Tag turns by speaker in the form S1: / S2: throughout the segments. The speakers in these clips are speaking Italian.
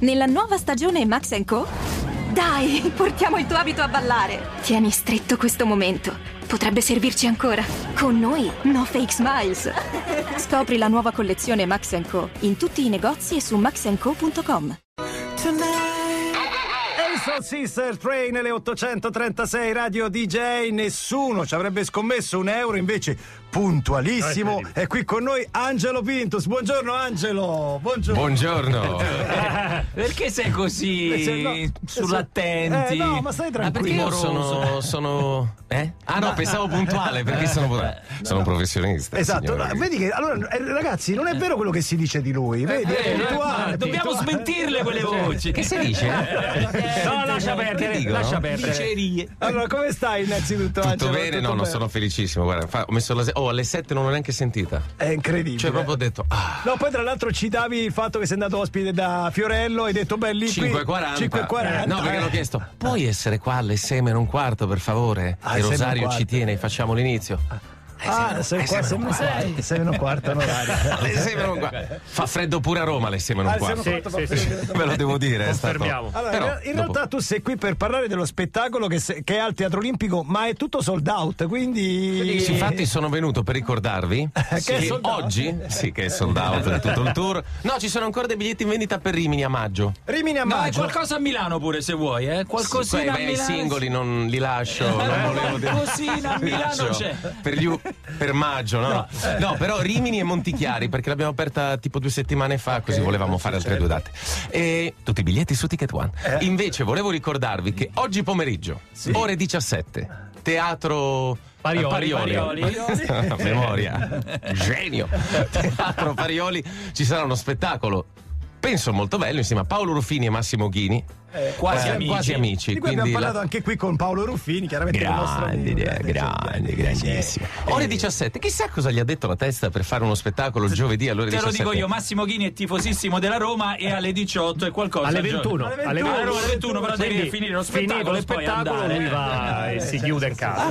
S1: Nella nuova stagione Max Co? Dai, portiamo il tuo abito a ballare! Tieni stretto questo momento. Potrebbe servirci ancora. Con noi, no fake smiles. Scopri la nuova collezione Max Co in tutti i negozi e su maxenco.com.
S2: Soul Sister Train le 836 Radio DJ nessuno ci avrebbe scommesso un euro invece puntualissimo
S3: Eh,
S2: è qui con noi Angelo Pintus buongiorno Angelo buongiorno
S4: Buongiorno.
S5: Perché sei
S2: Eh, se no- eh,
S5: così
S2: se-
S5: sull'attenti?
S2: eh, no, ma stai tranquillo.
S5: Ma
S4: Io
S5: perché
S4: sono. sono- Eh? Ah no, pensavo puntuale perché
S2: Eh,
S4: sono, sono professionista.
S2: Esatto,
S4: signori.
S2: no, vedi che allora eh, ragazzi non è vero quello che si dice di lui, vedi,
S5: Eh,
S2: è
S5: eh,
S2: puntuale,
S5: eh, dobbiamo
S2: puntuale.
S5: smentirle quelle voci.
S4: Che si
S2: eh,
S4: dice?
S3: No, lascia perdere,
S4: Che dicono?
S3: lascia perdere.
S2: Allora, come stai innanzitutto
S4: Tutto
S2: Angelo?
S4: bene? No, no, sono felicissimo. Guarda, fa- ho messo la. se- Oh, alle 7 non l'ho neanche sentita.
S2: È incredibile.
S4: Cioè, proprio ho detto. Ah.
S2: No, poi tra l'altro citavi il fatto che sei andato ospite da Fiorello, hai detto beh lì qui-
S4: 5.40
S2: 5.40.
S4: Eh, No perché l'ho chiesto Puoi essere qua alle 6 meno un quarto per favore?
S2: Ah, sei
S4: e
S2: meno un
S4: Rosario
S2: quarto.
S4: ci tiene Facciamo l'inizio
S2: Ah, sei qua, sei sei- sei meno quarto, no, dai.
S4: Alle 6 meno un quarto Fa freddo pure a Roma alle 6 meno un
S2: Ah, sei meno
S4: quarto
S3: Sì,
S2: quarto,
S3: sì,
S2: fa
S3: sì.
S2: freddo.
S4: Ve lo devo dire è stato-
S3: Confermiamo.
S2: Allora,
S4: Però,
S2: in- in
S4: dopo-
S2: realtà tu sei qui per parlare dello spettacolo che, se- che è al Teatro Olimpico, ma è tutto sold out, quindi...
S4: Sì, infatti sono venuto per ricordarvi
S2: Che è
S4: che
S2: sold out.
S4: oggi, sì che è sold out da tutto il tour, no ci sono ancora dei biglietti in vendita per Rimini a maggio.
S2: Rimini a
S5: No, è
S2: maggio.
S5: qualcosa a Milano pure se vuoi, eh?
S4: Sì, poi
S5: Qualcosina a
S4: vai ai
S5: Milano. Eh,
S4: singoli non li lascio, non volevo dire-
S5: Qualcosina a
S4: Li
S5: Milano
S4: lascio
S5: c'è.
S4: Per, gli u- per maggio, no? no? però Rimini e Montichiari perché l'abbiamo aperta tipo due settimane fa, così volevamo fare altre due date. E tutti i biglietti su Ticket One.
S5: Eh.
S4: Invece volevo ricordarvi che oggi pomeriggio, ore 17, teatro
S3: Parioli,
S4: eh,
S3: Parioli.
S4: A memoria, genio. Teatro Parioli ci sarà uno spettacolo. Penso molto bello insieme a Paolo Ruffini e Massimo Ghini.
S5: Quasi
S4: Eh,
S5: amici.
S4: Quasi amici.
S2: Di cui abbiamo
S4: quindi la-
S2: parlato anche qui con Paolo Ruffini, chiaramente il nostro
S4: Grande,
S2: amico. eh,
S4: idea, grande,
S2: sì.
S4: grandissimo. Ore 17, chissà cosa gli ha detto la testa per fare uno spettacolo giovedì alle ore
S5: Te lo
S4: 17.
S5: dico io, Massimo Ghini è tifosissimo della Roma e alle 18 è qualcosa.
S3: Alle
S5: al giorno.
S3: 21.
S2: Alle
S5: Ah, no,
S2: 21,
S5: alle 21 però devi
S3: Quindi,
S5: finire lo
S3: finito
S5: spettacolo
S3: lo
S5: e poi
S3: spettacolo,
S5: andare. Eh, certo,
S3: lui va e si chiude in casa.
S4: Ah,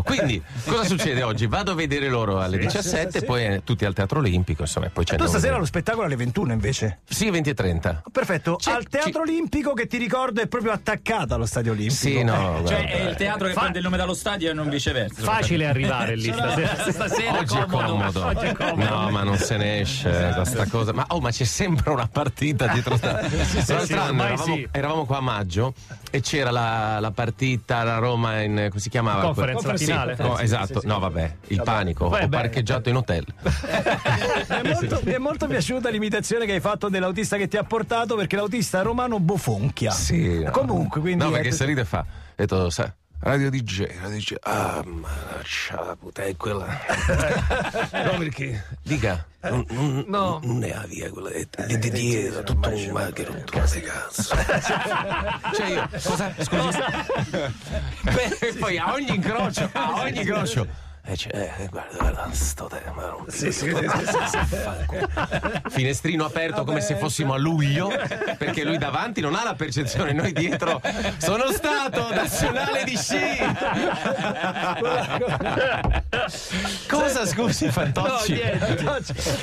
S4: Quindi, cosa succede oggi? Vado a vedere loro alle 17, poi eh, tutti al Teatro Olimpico, insomma, e poi c'è
S2: Tu
S4: andiamo a
S2: stasera
S4: vedere.
S2: lo spettacolo alle 21 invece.
S4: Sì, 20 e 30.
S2: Perfetto,
S4: C'è-
S2: al Teatro Olimpico che ti ricordo è proprio attaccata allo Stadio Olimpico.
S4: Sì,
S2: Eh,
S4: no,
S5: Cioè
S4: guarda.
S5: è il teatro che
S3: Fa-
S5: prende il nome dallo stadio e non viceversa.
S3: Facile arrivare lì stasera.
S5: Stasera
S4: Oggi è comodo.
S3: Oggi è comodo.
S4: No, ma non se ne esce da sta cosa. Ma, oh, ma c'è sempre una partita dietro sta. L'altro
S3: sì,
S4: anno
S3: ormai
S4: eravamo,
S3: sì.
S4: eravamo qua a maggio e c'era la, la partita la Roma in come si chiamava?
S3: Conference, la
S4: Sì,
S3: finale.
S4: no, esatto. No, vabbè, il panico.
S3: Poi,
S4: Ho
S3: beh.
S4: parcheggiato in hotel.
S2: Mi è, molto, mi è molto piaciuta l'imitazione che hai fatto dell'autista che ti ha portato perché l'autista romano bofonchia.
S4: Sì. no.
S2: Comunque, quindi.
S4: No,
S2: è-
S4: perché se ride fa. Ho detto, sai, Radio DJ, Radio DJ. Ah, ma lascia la puttana, è quella. no, perché. Dica, non, non, non è la via quella è, è di dietro, tutto un ma che rottura di cazzo. cioè io, cosa? Scusi. Beh, e poi a ogni incrocio, a ogni incrocio. E c'è, eh, guarda, guarda, sto tema. non- Finestrino aperto come se fossimo a luglio, perché lui davanti non ha la percezione, noi dietro sono stato nazionale di sci. Cosa scusi, Fantocci?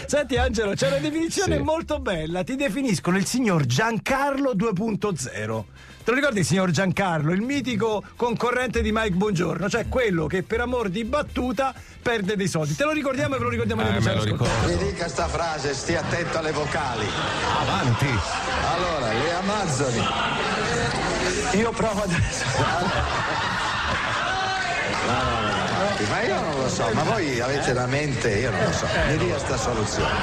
S2: Senti, Angelo, c'è una definizione
S4: Sì.
S2: molto bella. Ti definiscono il signor Giancarlo 2.0. Te lo ricordi il signor Giancarlo, il mitico concorrente di Mike Buongiorno, cioè quello che per amor di battuta perde dei soldi. Te lo ricordiamo e ve lo ricordiamo noi
S4: Eh,
S2: che ci
S4: me lo
S2: ascoltate.
S4: ricordo.
S6: Ridica sta frase, stia attento alle vocali.
S4: Avanti.
S6: Allora, le Amazzoni. Io provo adesso. No, no, no, no, ma io non lo so, ma voi avete la mente, io non lo so. Mi dia sta soluzione.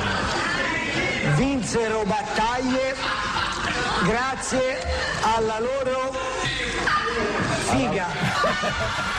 S7: vinsero battaglie grazie alla loro figa.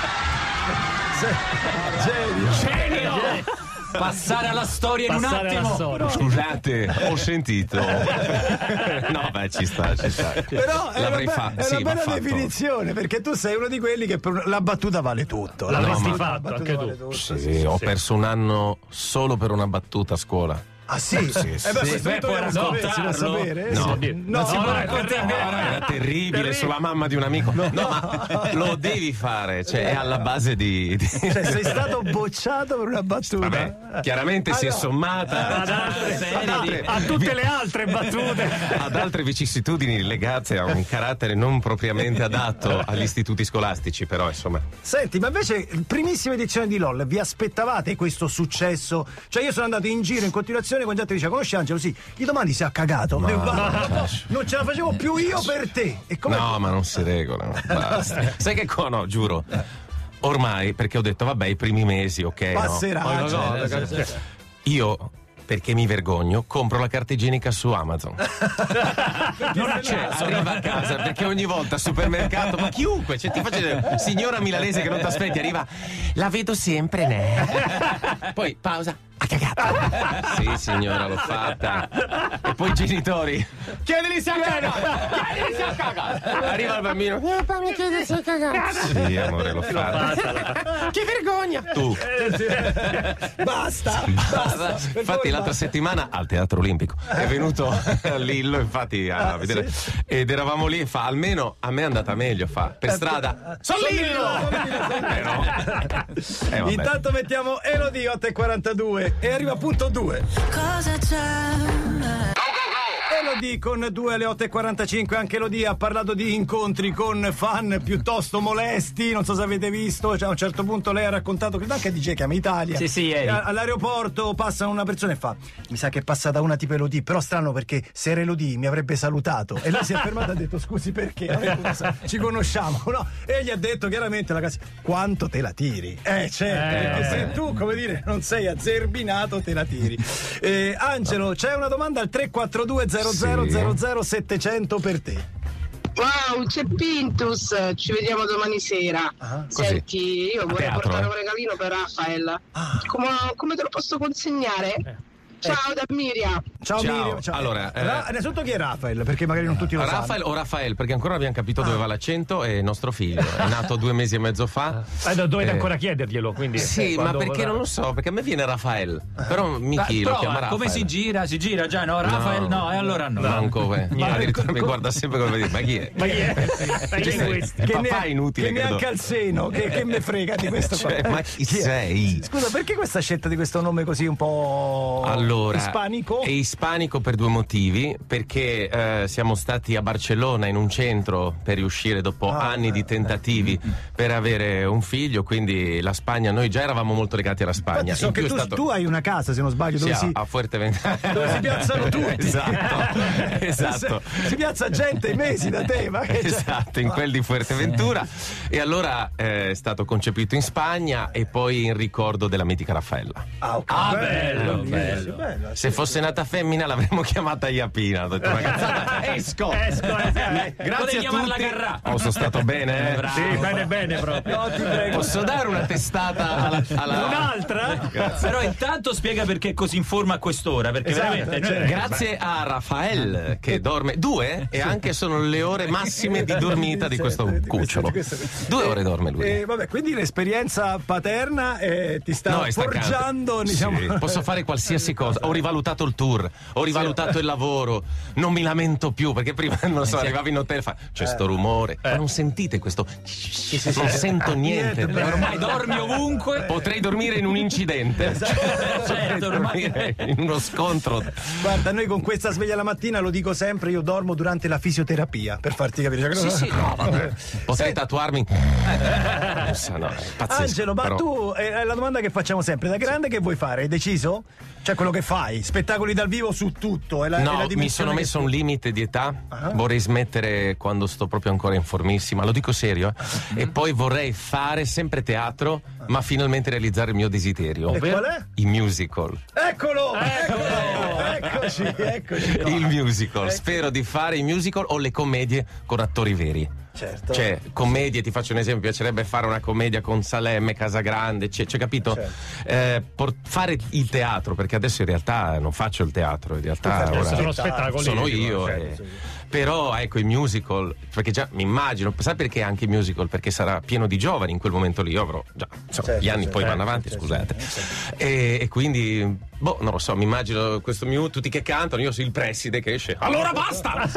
S5: Passare alla storia in un
S3: Passare alla
S5: attimo.
S3: storia.
S4: Scusate, ho sentito. No, beh, ci sta, ci sta.
S2: Però è una,
S4: L'avrei
S2: be-
S4: fatto.
S2: è
S4: sì,
S2: una
S4: va
S2: bella
S4: fatto.
S2: definizione perché tu sei uno di quelli che per una- la battuta vale tutto. La
S3: L'avresti
S2: battuta-
S3: fatto
S2: la battuta
S3: anche tu.
S2: vale tutto,
S4: Sì, ho perso un anno solo per una battuta a scuola.
S2: Ah sì?
S4: Sì, sì.
S2: Eh beh, questo
S5: Beh,
S2: punto
S5: puoi
S2: vogliamo sapere, si può
S5: raccontarlo?
S2: sapere?
S4: No.
S2: Sì. no,
S3: Non si può
S2: no,
S3: raccontare.
S4: No, Ah, era terribile sulla mamma di un amico. No, ma lo devi fare, cioè è alla base di. di-
S2: Cioè, sei stato bocciato per una battuta.
S4: Vabbè, chiaramente si è
S2: Ah, no.
S4: sommata
S3: Ad altre-
S4: ad altre-
S3: a tutte le altre battute.
S4: ad altre vicissitudini legate a un carattere non propriamente adatto agli istituti scolastici, però insomma.
S2: Senti, ma invece, primissima edizione di LOL, vi aspettavate questo successo? Cioè, io sono andato in giro in continuazione con gente che diceva: Conosci Angelo? Sì, gli domani si è cagato. Dico, "Guarda, non ce la facevo più io per te. E come?
S4: No, ma non si regolano. Basta. Sai che cosa? No, giuro. Ormai, perché ho detto, vabbè, i primi mesi, ok. no.
S2: Passerà,
S4: Poi, no,
S2: cioè,
S4: no, cioè, Io, perché mi vergogno, compro la carta igienica su Amazon. non la c'è, Cioè, arriva a casa, perché ogni volta al supermercato, ma chiunque, cioè, ti faccio signora milanese che non ti aspetti, arriva, la vedo sempre, ne. Poi pausa. Ha cagato. Sì, signora, l'ho fatta. E poi i genitori. Chiedili se ha cagato. Chiedili se ha cagato. Arriva il bambino. Sì, amore, l'ho fatta. Che vergogna! Tu.
S2: Basta.
S4: Ah, Basta. Eh. Infatti, l'altra settimana al Teatro Olimpico è venuto Lillo, infatti, a vedere. Ed eravamo lì e fa: almeno a me è andata meglio. Fa per strada. Eh, Sono Lillo! Eh, no. Eh, vabbè.
S2: Intanto mettiamo Elodie 8.42 e arriva punto 2.
S8: Cosa c'è?
S2: Elodie con 2 alle 8.45, anche Elodie ha parlato di incontri con fan piuttosto molesti, non so se avete visto, cioè, a un certo punto lei ha raccontato, credo anche a DJ Chiama Italia,
S5: Sì, sì, ieri.
S2: E a- all'aeroporto passa una persona e fa, mi sa che è passata una tipo Elodie, però strano perché se era Elodie mi avrebbe salutato e lei si è fermata e ha detto scusi perché, Vabbè, come sa, ci conosciamo, no? E gli ha detto chiaramente la casa, quanto te la tiri? Eh certo,
S3: Eh,
S2: perché
S3: vabbè.
S2: se tu come dire non sei azzerbinato te la tiri. Eh, Angelo, c'è una domanda al 342 00 700 per te.
S9: Wow, c'è Pintus, ci vediamo domani sera.
S2: Ah,
S4: così.
S9: Senti, io vorrei
S4: teatro,
S9: portare
S4: eh? Ah.
S9: un regalino per Raffaella. Come, come te lo posso consegnare?
S4: Eh.
S9: Ciao da Miria.
S2: Ciao,
S4: Ciao.
S2: Mirio. Ciao.
S4: Allora, eh,
S2: Ra- innanzitutto chi è Rafael? Perché magari non tutti lo
S4: Rafael
S2: sanno.
S4: o Raffaele, perché ancora non abbiamo capito dove va l'accento, è nostro figlio, è nato due mesi e mezzo fa.
S3: Eh, no, dovete
S4: Eh.
S3: ancora chiederglielo, quindi.
S4: Sì,
S3: eh,
S4: ma
S3: quando-
S4: perché non lo so, perché a me viene Raffaele, però
S5: Dai,
S4: Michi lo
S5: prova,
S4: chiama Raffaele.
S5: come si gira? Si gira già, no? Raffaele no, e allora no.
S4: Manco, eh. addirittura mi guarda sempre come dire, ma chi è?
S3: Ma chi è? Ma chi è questo?
S4: Cioè, Il eh, papà
S2: neanche-
S4: è inutile,
S2: che
S4: credo.
S2: neanche al seno, che, che me frega di questo
S4: Cioè,
S2: qua. Eh,
S4: ma chi
S2: è?
S4: sei?
S2: Scusa, perché questa scelta di questo nome così un po'
S4: Allora,
S2: ispanico?
S4: È ispanico per due motivi, perché eh, siamo stati a Barcellona in un centro per riuscire dopo
S2: Ah,
S4: anni di tentativi per avere un figlio, quindi la Spagna, noi già eravamo molto legati alla Spagna.
S2: Infatti so
S4: In
S2: che
S4: più è
S2: tu,
S4: stato-
S2: tu hai una casa, se non sbaglio,
S4: Sì,
S2: dove
S4: a,
S2: si...
S4: a Fuerteventura.
S2: dove si piazzano tutti. Eh
S4: Esatto, esatto.
S2: Si piazza gente i mesi da te, ma che c'è?
S4: Esatto, in quel di Fuerteventura. E allora eh, è stato concepito in Spagna e poi in ricordo della mitica Raffaella.
S2: Ah, ok.
S5: Ah, bello, bello.
S2: bello.
S4: Se fosse nata femmina l'avremmo chiamata Iapina. Ho detto, "Una cazzata, esco!
S3: Esco, eh, eh.
S4: Grazie
S5: Volevi
S4: a
S5: chiamarla
S4: tutti.
S5: Garrà.
S4: Oh, sono stato bene, eh?
S5: Bravo.
S3: Sì, bene, bene proprio.
S2: No, ti prego.
S4: Posso dare una testata alla... alla-
S3: Un'altra?
S5: Però intanto spiega perché è così in forma a quest'ora, perché
S2: Esatto,
S5: veramente noi-
S2: cioè,
S4: Grazie a Raffaele che dorme due e anche sono le ore massime di dormita di questo
S2: eh, Di questo-
S4: cucciolo.
S2: di questo-
S4: Due ore dorme lui.
S2: Eh, vabbè, quindi l'esperienza paterna eh, ti sta
S4: è staccante.
S2: forgiando,
S4: Sì,
S2: diciamo.
S4: posso fare qualsiasi cosa. Ho rivalutato il tour, ho rivalutato il lavoro, non mi lamento più perché prima non so, arrivavo in hotel e fa c'è sto rumore, ma non sentite questo non sento niente.
S2: Niente,
S5: ormai cioè, dormi ovunque.
S4: Potrei dormire in un incidente.
S2: Esatto.
S4: Potrei
S5: Certo, ormai-
S4: dormire Cioè, in uno scontro.
S2: Guarda, noi con questa sveglia la mattina lo dico sempre, io dormo durante la fisioterapia, per farti capire. Cioè,
S4: Sì, sì, no, vabbè. Potrei tatuarmi. Non so, no, è pazzesco,
S2: Eh. Angelo, ma
S4: però-
S2: tu eh, è la domanda che facciamo sempre, da grande che vuoi fare? Hai deciso? Cioè quello che fai, spettacoli dal vivo su tutto, è la, è la
S4: No, mi
S2: dimensione
S4: sono
S2: che
S4: messo
S2: tu-
S4: un limite di età.
S2: Ah.
S4: Vorrei smettere quando sto proprio ancora in formissima, lo dico serio. eh.
S2: Mm-hmm.
S4: E poi vorrei fare sempre teatro,
S2: Ah.
S4: ma finalmente realizzare il mio desiderio.
S2: E qual è?
S4: Il musical.
S2: Eccolo! Eccolo! eccoci, Eh, eccoci. Ecco.
S4: Il musical. Spero di fare i musical o le commedie con attori veri.
S2: Certo.
S4: Cioè, commedie, ti faccio un esempio, piacerebbe fare una commedia con Salemme, Casagrande, c'è, c'è, capito? Eh, por- fare il teatro, perché adesso in realtà non faccio il teatro, in realtà
S2: fai Certo, il
S4: ora
S2: teatro.
S3: sono spettacoli.
S4: sono io.
S3: Cioè,
S4: eh. Però ecco i musical, perché già mi immagino, sai perché anche i musical? Perché sarà pieno di giovani in quel momento lì, io avrò già, insomma,
S2: Certo,
S4: gli anni
S2: certo,
S4: poi
S2: certo,
S4: vanno avanti,
S2: certo,
S4: scusate. E, e quindi, boh, non lo so, mi immagino questo mute, tutti che cantano, io sono il preside che esce. Allora basta!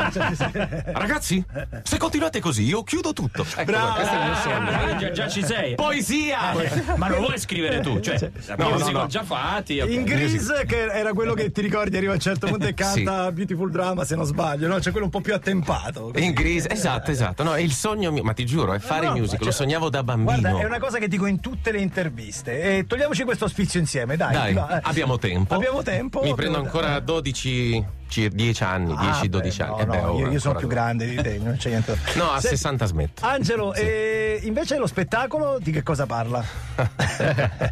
S4: Ragazzi, se continuate così io chiudo tutto. Ecco, questo è il mio sogno.
S5: Ah, già, già ci sei.
S4: Poesia!
S5: Ma lo vuoi scrivere tu? Cioè,
S4: no,
S5: musical
S4: no.
S5: già fatti.
S2: In
S5: vabbè.
S2: Grease, che era quello che ti ricordi, arriva a un certo punto e canta Beautiful Drama, se non sbaglio, no? C'è quello un po' più attempato.
S4: In gris, esatto, esatto. No, è il sogno mio, ma ti giuro, è fare
S2: No,
S4: il
S2: ma
S4: musical,
S2: cioè-
S4: lo sognavo da bambino.
S2: Guarda, è una cosa che dico in tutte le interviste. E togliamoci questo spizio insieme, dai.
S4: Dai,
S2: ti va, eh.
S4: abbiamo tempo.
S2: Abbiamo tempo.
S4: Mi
S2: Abbiamo
S4: prendo
S2: tempo.
S4: ancora 12, ci- 10 anni,
S2: Ah,
S4: 10-12
S2: beh,
S4: anni.
S2: no,
S4: Eh beh,
S2: no,
S4: oh,
S2: io, io sono
S4: ancora
S2: più
S4: due.
S2: grande di te, non c'è niente. da-
S4: No, a
S2: Senti,
S4: 60 smetto.
S2: Angelo, e invece lo spettacolo di che cosa parla?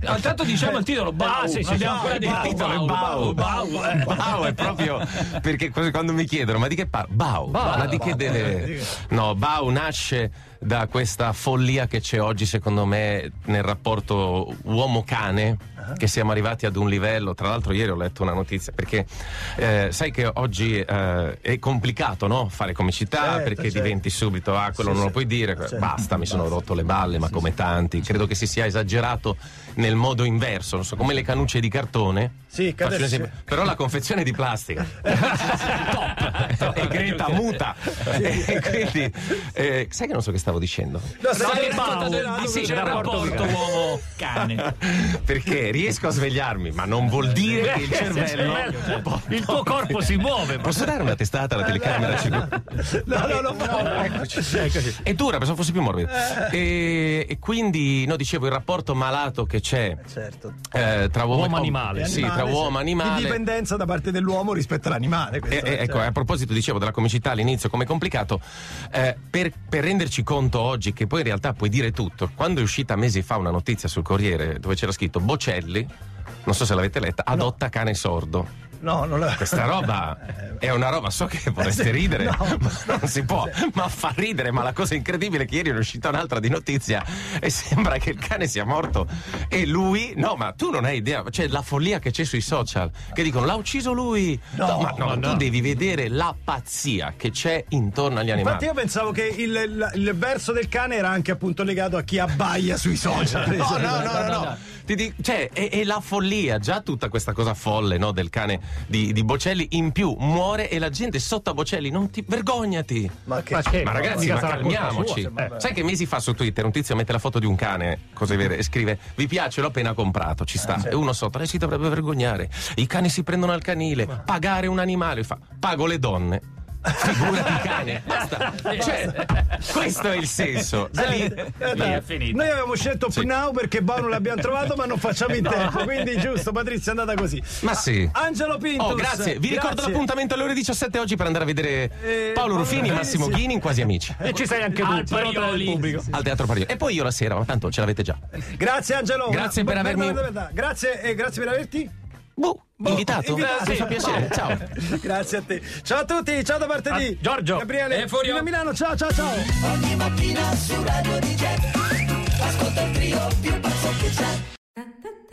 S5: No, intanto diciamo il titolo. Bau.
S3: Ah, sì, sì,
S5: Non abbiamo
S3: sì,
S5: ancora detto il titolo.
S4: Bau,
S5: Bau,
S4: Bau,
S5: Bau. eh.
S4: Bau, Eh, è proprio perché così quando mi chiedono ma di che parla? Bau, ma di che deve? No, Bau nasce da questa follia che c'è oggi secondo me nel rapporto uomo-cane
S2: Ah.
S4: che siamo arrivati ad un livello, tra l'altro ieri ho letto una notizia perché eh, sai che oggi eh, è complicato no? fare comicità
S2: Certo,
S4: perché
S2: certo.
S4: diventi subito ah quello
S2: Sì,
S4: non lo
S2: sì.
S4: puoi dire,
S2: Certo.
S4: basta, mi sono rotto le balle ma come tanti, credo che si sia esagerato nel modo inverso, non so, come le canucce di cartone.
S2: Sì, che
S4: Faccio un
S2: adesso- Eh,
S4: esempio. Però la confezione è di plastica. Top. e Greta muta. e quindi eh, sai che non so che stavo dicendo.
S2: No,
S5: No,
S2: stai-
S5: che Bau,
S2: del-
S5: di- sì,
S2: del
S5: c'è il rapporto uomo-cane.
S4: Perché riesco a svegliarmi, ma non vuol dire che il cervello
S3: cervello- il tuo corpo si muove.
S4: Posso dare una testata alla
S2: Eh,
S4: telecamera? Circo-
S2: No, no, no, no.
S4: È dura, pensavo fosse più morbida.
S2: Eh.
S4: E, e quindi, no, dicevo, il rapporto malato che c'è
S2: Certo.
S4: eh, tra uomo, e
S3: Uomo
S4: com-
S3: animale.
S4: Sì,
S2: Animale,
S4: tra uomo e
S2: Di
S4: animale.
S2: dipendenza da parte dell'uomo rispetto all'animale.
S4: E-
S2: questo,
S4: e- ecco,
S2: cioè.
S4: a proposito, dicevo della comicità all'inizio, come è complicato, eh, per, per renderci conto oggi che poi in realtà puoi dire tutto. Quando è uscita mesi fa una notizia sul Corriere dove c'era scritto Bocelli, non so se l'avete letta, adotta cane sordo.
S2: No, non la...
S4: eh.
S2: Eh,
S4: Questa roba è una roba, so che vorreste ridere, ma non si può, ma fa ridere. Ma la cosa incredibile è che ieri è uscita un'altra di notizia e sembra che il cane sia morto e lui, no, ma tu non hai idea, cioè la follia che c'è sui social che dicono l'ha ucciso lui.
S2: No,
S4: ma no, tu devi vedere la pazzia che c'è intorno agli
S2: Infatti
S4: animali.
S2: io pensavo che il, la- il verso del cane era anche appunto legato a chi abbaia sui social.
S4: No, no, no, no, no. Ti dico- cioè, è, è la follia, già tutta questa cosa folle no, del cane di, di Bocelli, in più muore e la gente sotto a Bocelli, non ti vergognati.
S2: Ma che...
S3: Eh, Ma che-
S4: Ma ragazzi,
S3: mica
S4: ma
S3: sarà colpa
S4: calmiamoci.
S3: sua, se- eh.
S4: Sai che mesi fa su Twitter un tizio mette la foto di un cane, cose vere, e scrive: Vi piace, l'ho appena comprato, ci sta. E uno sotto, lei si dovrebbe vergognare. I cani si prendono al canile, pagare un animale. Fa, pago le donne. Figura di cane. Basta. Cioè, questo è il senso. Da lì- Oh,
S2: Eh,
S5: Lì
S2: dai.
S5: è finito.
S2: Noi avevamo scelto
S4: Sì.
S2: Now perché Bau non l'abbiamo trovato, ma non facciamo in tempo. Quindi, giusto, Patrizia è andata così.
S4: Ma sì.
S2: Angelo Pintus.
S4: Oh, grazie. Vi ricordo
S2: grazie.
S4: l'appuntamento alle ore 17 oggi per andare a vedere
S2: Eh, Paolo
S4: Paolo Ruffini
S2: Ruffini,
S4: e Massimo
S2: sì.
S4: Ghini in Quasi Amici.
S3: E ci sei anche tu,
S5: Al
S3: però tra il
S5: Parioli.
S3: pubblico.
S4: Al Teatro Parigi. E poi io la sera, ma tanto ce l'avete già.
S2: Grazie, Angelo.
S4: Grazie per
S2: Guarda,
S4: avermi-
S2: guarda, guarda. Grazie e grazie per averti.
S4: Boh, invitato.
S2: invitato.
S4: Mi fa piacere. Ciao.
S2: Grazie a te. Ciao a tutti, ciao da parte di
S3: Ah, Giorgio.
S2: Gabriele
S5: E Furio.
S2: fino a Milano. Ciao, ciao, ciao.